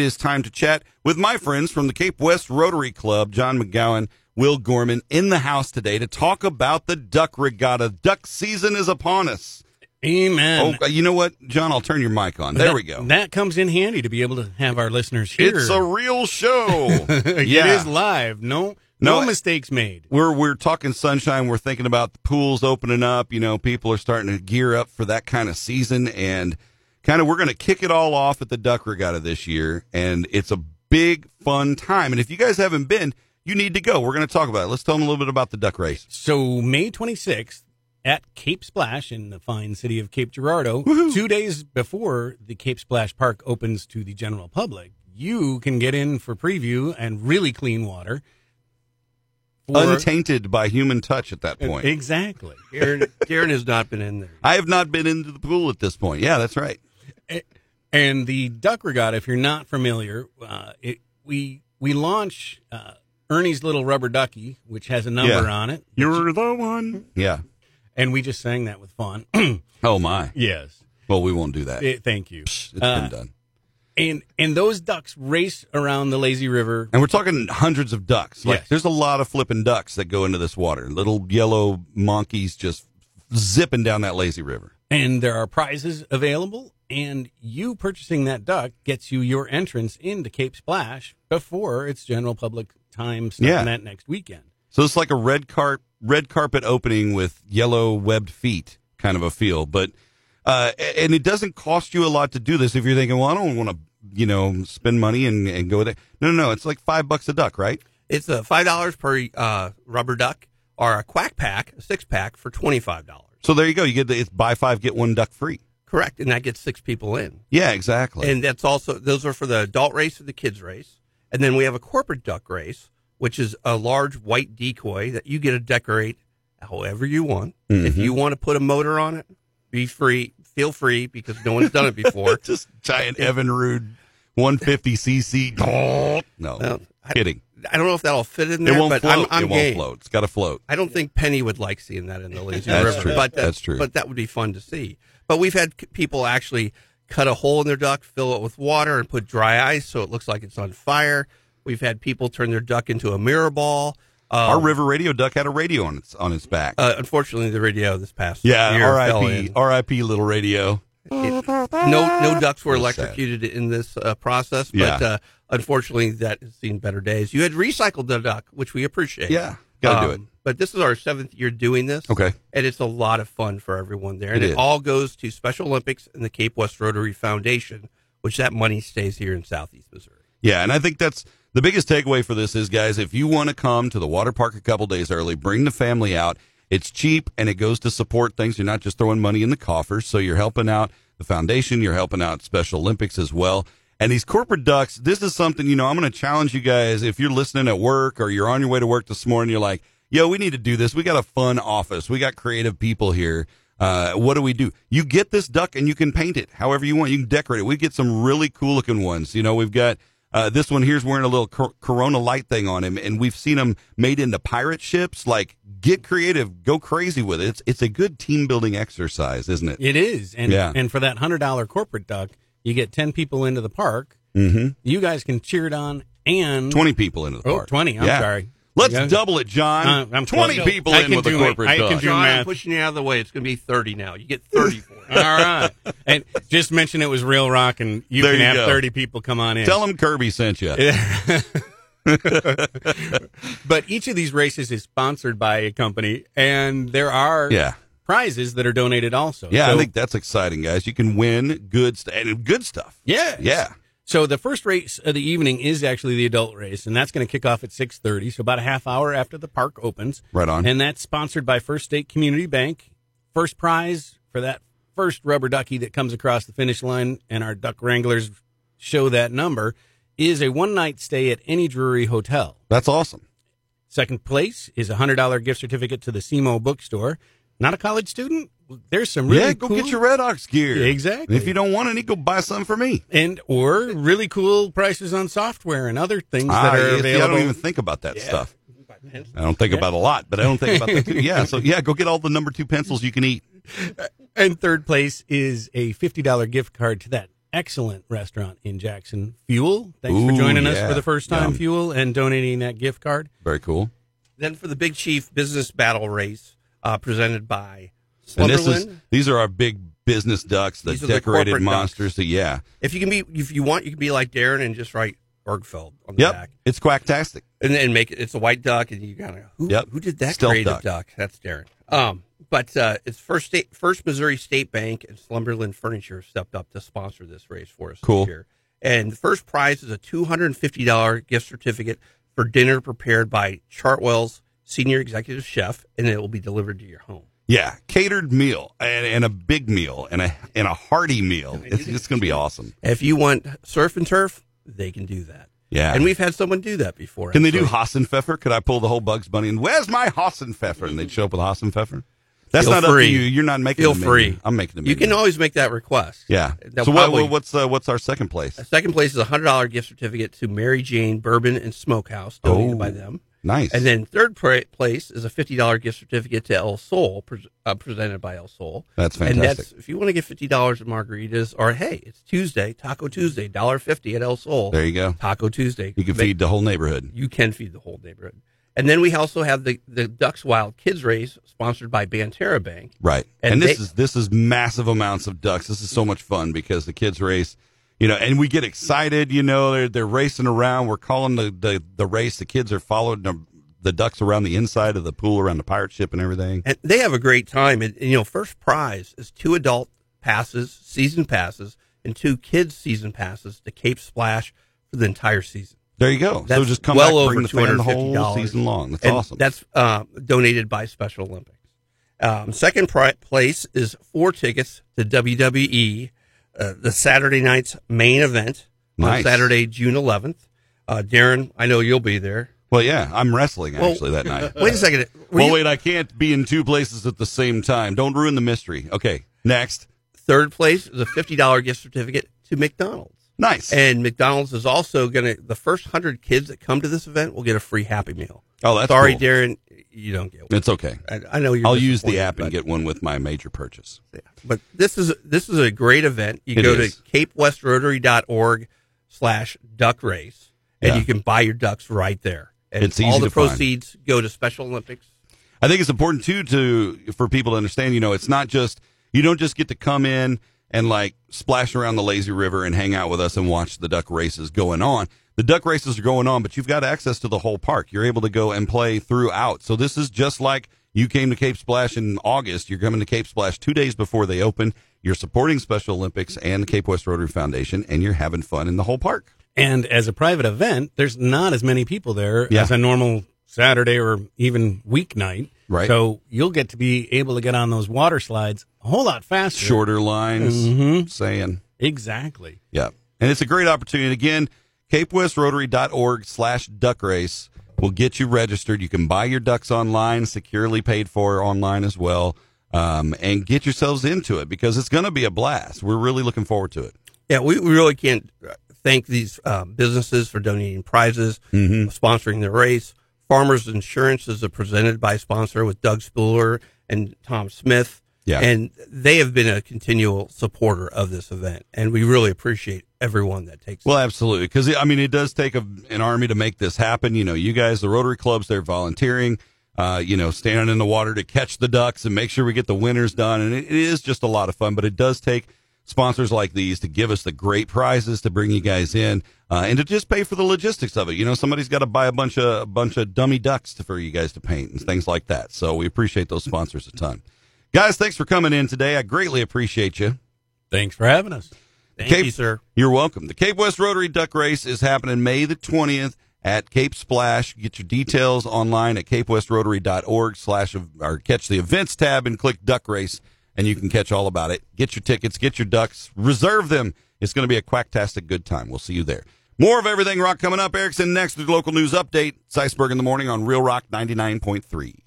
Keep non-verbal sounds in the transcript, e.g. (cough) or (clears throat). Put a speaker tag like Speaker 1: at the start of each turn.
Speaker 1: It is time to chat with my friends from the Cape West Rotary Club, John McGowan, Will Gorman, in the house today to talk about the duck regatta. Duck season is upon us.
Speaker 2: Amen.
Speaker 1: Oh, you know what, John? I'll turn your mic on. There
Speaker 2: That-
Speaker 1: we go.
Speaker 2: That comes in handy to be able to have our listeners here.
Speaker 1: It's a real show.
Speaker 2: (laughs) It is live. No, no,
Speaker 1: No, I-
Speaker 2: mistakes made.
Speaker 1: we're we're talking sunshine. We're thinking about the pools opening up. You know, people are starting to gear up for that kind of season, and kind of we're going to kick it all off at the Duck Regatta this year, and it's a big fun time. And if you guys haven't been, you need to go. We're going to talk about it. Let's tell them a little bit about the duck race.
Speaker 2: So May 26th at Cape Splash in the fine city of Cape Girardeau, two days before the Cape Splash Park opens to the general public, you can get in for preview and really clean water. for-
Speaker 1: Untainted by human touch at that point.
Speaker 2: Exactly.
Speaker 3: Darren, Darren has not been in there.
Speaker 1: I have not been into the pool at this point. Yeah, that's right.
Speaker 2: And the Duck Regatta, if you're not familiar, uh, it, we we launch uh, Ernie's Little Rubber Ducky, which has a number
Speaker 1: Yeah.
Speaker 2: on it,
Speaker 1: You're the one. Yeah.
Speaker 2: and we just sang that with fun. (clears throat)
Speaker 1: Oh my.
Speaker 2: yes,
Speaker 1: Well, we won't do that. It's
Speaker 2: Eh, thank you.
Speaker 1: been
Speaker 2: Uh,
Speaker 1: done.
Speaker 2: and and those ducks race around the lazy river.
Speaker 1: And we're talking hundreds of ducks. Like
Speaker 2: Yes.
Speaker 1: there's a lot of flipping ducks that go into this water. Little yellow monkeys just zipping down that lazy river.
Speaker 2: and there are prizes available and you purchasing that duck gets you your entrance into cape splash before its general public time starting
Speaker 1: Yeah.
Speaker 2: that next weekend
Speaker 1: So it's like a red carp red carpet opening with yellow webbed feet kind of a feel. But uh, a- and it doesn't cost you a lot to do this if you're thinking, well, I don't want to, you know, spend money and, and go there. No, no, no. It's like five bucks a duck, right?
Speaker 3: It's uh, five dollars per uh, rubber duck, or a quack pack, a six pack for twenty five dollars.
Speaker 1: So there you go. You get the it's buy five get one duck free.
Speaker 3: Correct, and that gets six people in.
Speaker 1: Yeah, exactly.
Speaker 3: And that's also those are for the adult race and the kids race, and then we have a corporate duck race, which is a large white decoy that you get to decorate however you want.
Speaker 1: Mm-hmm.
Speaker 3: If you want to put a motor on it, be free. Feel free because no one's done it
Speaker 1: (laughs)
Speaker 3: before.
Speaker 1: just giant Evan Rude 150cc. No,
Speaker 3: Well, I-
Speaker 1: kidding.
Speaker 3: I don't know if that'll fit in
Speaker 1: It
Speaker 3: there,
Speaker 1: won't
Speaker 3: but
Speaker 1: float.
Speaker 3: I'm, I'm
Speaker 1: it won't
Speaker 3: game.
Speaker 1: float. It's got to float.
Speaker 3: I don't think Penny would like seeing that in the lazy
Speaker 1: That's
Speaker 3: river.
Speaker 1: true.
Speaker 3: But that,
Speaker 1: That's true.
Speaker 3: But that would be fun to see. But we've had c- people actually cut a hole in their duck, fill it with water, and put dry ice so it looks like it's on fire. We've had people turn their duck into a mirror ball.
Speaker 1: Our
Speaker 3: Um,
Speaker 1: river radio duck had a radio on its on its back.
Speaker 3: uh, unfortunately, the radio this past
Speaker 1: yeah,
Speaker 3: year fell
Speaker 1: R.I.P.
Speaker 3: in.
Speaker 1: R.I.P. Little radio.
Speaker 3: It- no, no ducks were
Speaker 1: That's sad.
Speaker 3: electrocuted in this uh, process, but
Speaker 1: Yeah.
Speaker 3: uh, unfortunately, that has seen better days. You had recycled the duck, which we appreciate.
Speaker 1: Yeah, gotta do it.
Speaker 3: Um, But this is our seventh year doing this.
Speaker 1: Okay.
Speaker 3: And it's a lot of fun for everyone there. And
Speaker 1: It
Speaker 3: it,
Speaker 1: is.
Speaker 3: all goes to Special Olympics and the Cape West Rotary Foundation, which that money stays here in Southeast Missouri.
Speaker 1: Yeah, and I think that's the biggest takeaway for this is, guys, if you want to come to the water park a couple days early, bring the family out. It's cheap and it goes to support things. You're not just throwing money in the coffers, so you're helping out the foundation. You're helping out Special Olympics as well. And these corporate ducks, this is something you know. I'm going to challenge you guys if you're listening at work or you're on your way to work this morning. You're like, yo, we need to do this. We got a fun office. We got creative people here. Uh, what do we do? You get this duck and you can paint it however you want. You can decorate it. We get some really cool looking ones. You know, we've got uh, this one here's wearing a little cor- Corona light thing on him, and we've seen him made into pirate ships. Like, get creative, go crazy with it. It's it's a good team building exercise, isn't it?
Speaker 2: it is and
Speaker 1: Yeah.
Speaker 2: and for that hundred dollar corporate duck you get 10 people into the park
Speaker 1: Mm-hmm.
Speaker 2: you guys can cheer it on and
Speaker 1: Twenty people into the
Speaker 2: Oh,
Speaker 1: park.
Speaker 2: 20, I'm sorry.
Speaker 1: Let's
Speaker 2: Yeah.
Speaker 1: double it, John.
Speaker 2: Uh, I'm
Speaker 1: Twenty
Speaker 2: close.
Speaker 1: people
Speaker 2: I
Speaker 1: in
Speaker 2: can
Speaker 1: with a
Speaker 2: do it.
Speaker 1: corporate
Speaker 2: I can
Speaker 1: duck.
Speaker 2: Do
Speaker 3: John, I'm
Speaker 2: math.
Speaker 3: pushing you out of the way. It's going to be 30 now. You get
Speaker 2: (laughs)
Speaker 3: 30 for it.
Speaker 2: (laughs) all right and just mention it was real rock and you
Speaker 1: There
Speaker 2: can
Speaker 1: you
Speaker 2: have
Speaker 1: go.
Speaker 2: 30 people come on in
Speaker 1: Tell him Kirby sent you.
Speaker 2: but each of these races is sponsored by a company and there are
Speaker 1: Yeah.
Speaker 2: prizes that are donated also
Speaker 1: Yeah,
Speaker 2: So-
Speaker 1: I think that's exciting, guys. You can win good stuff and good stuff.
Speaker 2: Yes.
Speaker 1: Yeah.
Speaker 2: So the first race of the evening is actually the adult race, and that's going to kick off at six thirty. So about a half hour after the park opens,
Speaker 1: Right on.
Speaker 2: and that's sponsored by First State Community Bank. First prize for that first rubber ducky that comes across the finish line, and our duck wranglers show that number is a one night stay at any Drury hotel.
Speaker 1: that's awesome.
Speaker 2: Second place is a hundred dollar gift certificate to the SEMO bookstore. Not a college student. There's some really
Speaker 1: yeah, go
Speaker 2: cool-
Speaker 1: get your Red Ox gear.
Speaker 2: Exactly.
Speaker 1: If you don't want any, go buy some for me.
Speaker 2: and or really cool prices on software and other things
Speaker 1: Ah,
Speaker 2: that are
Speaker 1: yeah, see,
Speaker 2: available.
Speaker 1: I don't even think about that stuff. I don't think about a lot, but I don't think about that. Too. Yeah,
Speaker 3: (laughs)
Speaker 1: so yeah, go get all the number two pencils you can eat.
Speaker 2: And third place is a $50 gift card to that excellent restaurant in Jackson, Fuel. Thanks for
Speaker 1: Ooh,
Speaker 2: joining us
Speaker 1: yeah.
Speaker 2: for the first time,
Speaker 1: Yum.
Speaker 2: Fuel, and donating that gift card.
Speaker 1: Very cool.
Speaker 3: Then for the Big Chief Business Battle Race, uh, presented by
Speaker 1: And this
Speaker 3: Slumberland.
Speaker 1: is these are our big business ducks, the
Speaker 3: These are the
Speaker 1: decorated
Speaker 3: corporate
Speaker 1: monsters. That, yeah,
Speaker 3: if you can be, if you want, you can be like Darren and just write Orgfeld on the
Speaker 1: yep,
Speaker 3: back,
Speaker 1: it's quacktastic.
Speaker 3: and then make it. It's a white duck, and you gotta who,
Speaker 1: Yep.
Speaker 3: who did that
Speaker 1: Stealth
Speaker 3: creative
Speaker 1: duck.
Speaker 3: duck. That's Darren. Um, but uh, it's first state, first Missouri State Bank and Slumberland Furniture stepped up to sponsor this race for us
Speaker 1: Cool.
Speaker 3: this year. And the first prize is a two hundred and fifty dollar gift certificate for dinner prepared by Chartwell's senior executive chef, and it will be delivered to your home.
Speaker 1: Yeah, catered meal and, and a big meal and a and a hearty meal. It's, it's going to be awesome.
Speaker 3: If you want surf and turf, they can do that.
Speaker 1: Yeah.
Speaker 3: and we've had someone do that before.
Speaker 1: Can they do
Speaker 3: actually.
Speaker 1: Hassenpfeffer? Could I pull the whole Bugs Bunny and where's my Hassenpfeffer? And they'd show up with Hassenpfeffer. That's
Speaker 3: Feel
Speaker 1: not up
Speaker 3: free.
Speaker 1: to you. You're not making.
Speaker 3: Feel
Speaker 1: the menu.
Speaker 3: free.
Speaker 1: I'm making the
Speaker 3: You
Speaker 1: menu.
Speaker 3: can always make that request.
Speaker 1: Yeah.
Speaker 3: They'll
Speaker 1: so what,
Speaker 3: probably-
Speaker 1: what's uh, what's our second place?
Speaker 3: Second place is a hundred dollar gift certificate to Mary Jane Bourbon and Smokehouse donated
Speaker 1: Oh.
Speaker 3: by them,
Speaker 1: Nice.
Speaker 3: and then third pra- place is a fifty dollar gift certificate to El Sol pres uh, presented by El Sol.
Speaker 1: that's
Speaker 3: And
Speaker 1: fantastic.
Speaker 3: that's if you want to get fifty dollars at margaritas or hey, it's Tuesday, Taco Tuesday, dollar fifty at El Sol.
Speaker 1: there you go.
Speaker 3: Taco Tuesday.
Speaker 1: You can
Speaker 3: Make-
Speaker 1: feed the whole neighborhood.
Speaker 3: you can feed the whole neighborhood. And then we also have the the Ducks Wild Kids Race sponsored by Bantera Bank.
Speaker 1: Right. And,
Speaker 3: And
Speaker 1: this
Speaker 3: they-
Speaker 1: is this is massive amounts of ducks. This is so much fun because the kids race, you know, and we get excited, you know, they're they're racing around. We're calling the the, the race. The kids are following the, the ducks around the inside of the pool around the pirate ship and everything.
Speaker 3: and they have a great time. And, and, you know, first prize is two adult passes, season passes, and two kids season passes to Cape Splash for the entire season.
Speaker 1: There you go. so
Speaker 3: That's
Speaker 1: just come
Speaker 3: well
Speaker 1: back, bring
Speaker 3: over
Speaker 1: the fan the whole
Speaker 3: $250.
Speaker 1: season long. That's
Speaker 3: and
Speaker 1: awesome.
Speaker 3: That's uh, donated by Special Olympics. Um, second pri- place is four tickets to WWE, uh, the Saturday night's main event
Speaker 1: Nice.
Speaker 3: on Saturday, June 11th. Uh, Darren, I know you'll be there.
Speaker 1: well, yeah, I'm wrestling
Speaker 3: Well,
Speaker 1: actually that
Speaker 3: (laughs)
Speaker 1: night.
Speaker 3: Wait a second. Were
Speaker 1: well,
Speaker 3: you-
Speaker 1: wait, I can't be in two places at the same time. Don't ruin the mystery. Okay, next.
Speaker 3: Third place is a $50 gift certificate to McDonald's.
Speaker 1: Nice.
Speaker 3: And McDonald's is also going to the first hundred kids that come to this event will get a free Happy Meal.
Speaker 1: oh, that's
Speaker 3: Sorry,
Speaker 1: cool.
Speaker 3: Darren, you don't get one.
Speaker 1: It's okay.
Speaker 3: I, I know you're.
Speaker 1: I'll use the
Speaker 3: disappointed,
Speaker 1: app and
Speaker 3: but-
Speaker 1: get one with my major purchase.
Speaker 3: But this is this is a great event. You
Speaker 1: It
Speaker 3: go
Speaker 1: is.
Speaker 3: to capewestrotary.org slash duck race, and
Speaker 1: Yeah.
Speaker 3: you can buy your ducks right there. And
Speaker 1: It's easy
Speaker 3: all the
Speaker 1: to find.
Speaker 3: proceeds go to Special Olympics.
Speaker 1: I think it's important too to for people to understand. You know, it's not just you don't just get to come in and like splash around the lazy river and hang out with us and watch the duck races going on. The duck races are going on, but you've got access to the whole park. You're able to go and play throughout. So this is just like you came to Cape Splash in August. You're coming to Cape Splash two days before they open. You're supporting Special Olympics and the Cape West Rotary Foundation, and you're having fun in the whole park.
Speaker 2: And as a private event, there's not as many people there
Speaker 1: Yeah.
Speaker 2: as a normal Saturday or even weeknight.
Speaker 1: Right.
Speaker 2: So you'll get to be able to get on those water slides a whole lot faster.
Speaker 1: Shorter lines,
Speaker 2: Mhm.
Speaker 1: saying.
Speaker 2: Exactly.
Speaker 1: Yeah. And it's a great opportunity. And again, capewestrotary.org slash duck race will get you registered. You can buy your ducks online, securely paid for online as well, um, and get yourselves into it because it's going to be a blast. We're really looking forward to it.
Speaker 3: Yeah, we, we really can't uh, thank these uh, businesses for donating prizes, sponsoring the race. Farmers Insurance is a presented by sponsor with Doug Spooler and Tom Smith.
Speaker 1: Yeah.
Speaker 3: And they have been a continual supporter of this event. And we really appreciate everyone that takes
Speaker 1: Well, absolutely. Because, I mean, it does take a, an army to make this happen. You know, you guys, the Rotary Clubs, they're volunteering, uh, you know, standing in the water to catch the ducks and make sure we get the winners done. And it, it is just a lot of fun, but it does take sponsors like these to give us the great prizes to bring you guys in uh, and to just pay for the logistics of it. You know, somebody's got to buy a bunch of a bunch of dummy ducks to, for you guys to paint and things like that. So we appreciate those sponsors a ton. Guys, thanks for coming in today. I greatly appreciate you.
Speaker 2: Thanks for having us.
Speaker 3: Thank
Speaker 1: Cape-
Speaker 3: you, sir.
Speaker 1: You're welcome. The Cape West Rotary Duck Race is happening May the 20th at Cape Splash. Get your details online at capewestrotary.org slash or catch the events tab and click duck race and you can catch all about it. Get your tickets, get your ducks, reserve them. It's going to be a quacktastic good time. We'll see you there. More of everything rock coming up. Erickson next with local news update. It's Iceberg in the morning on Real Rock 99.3.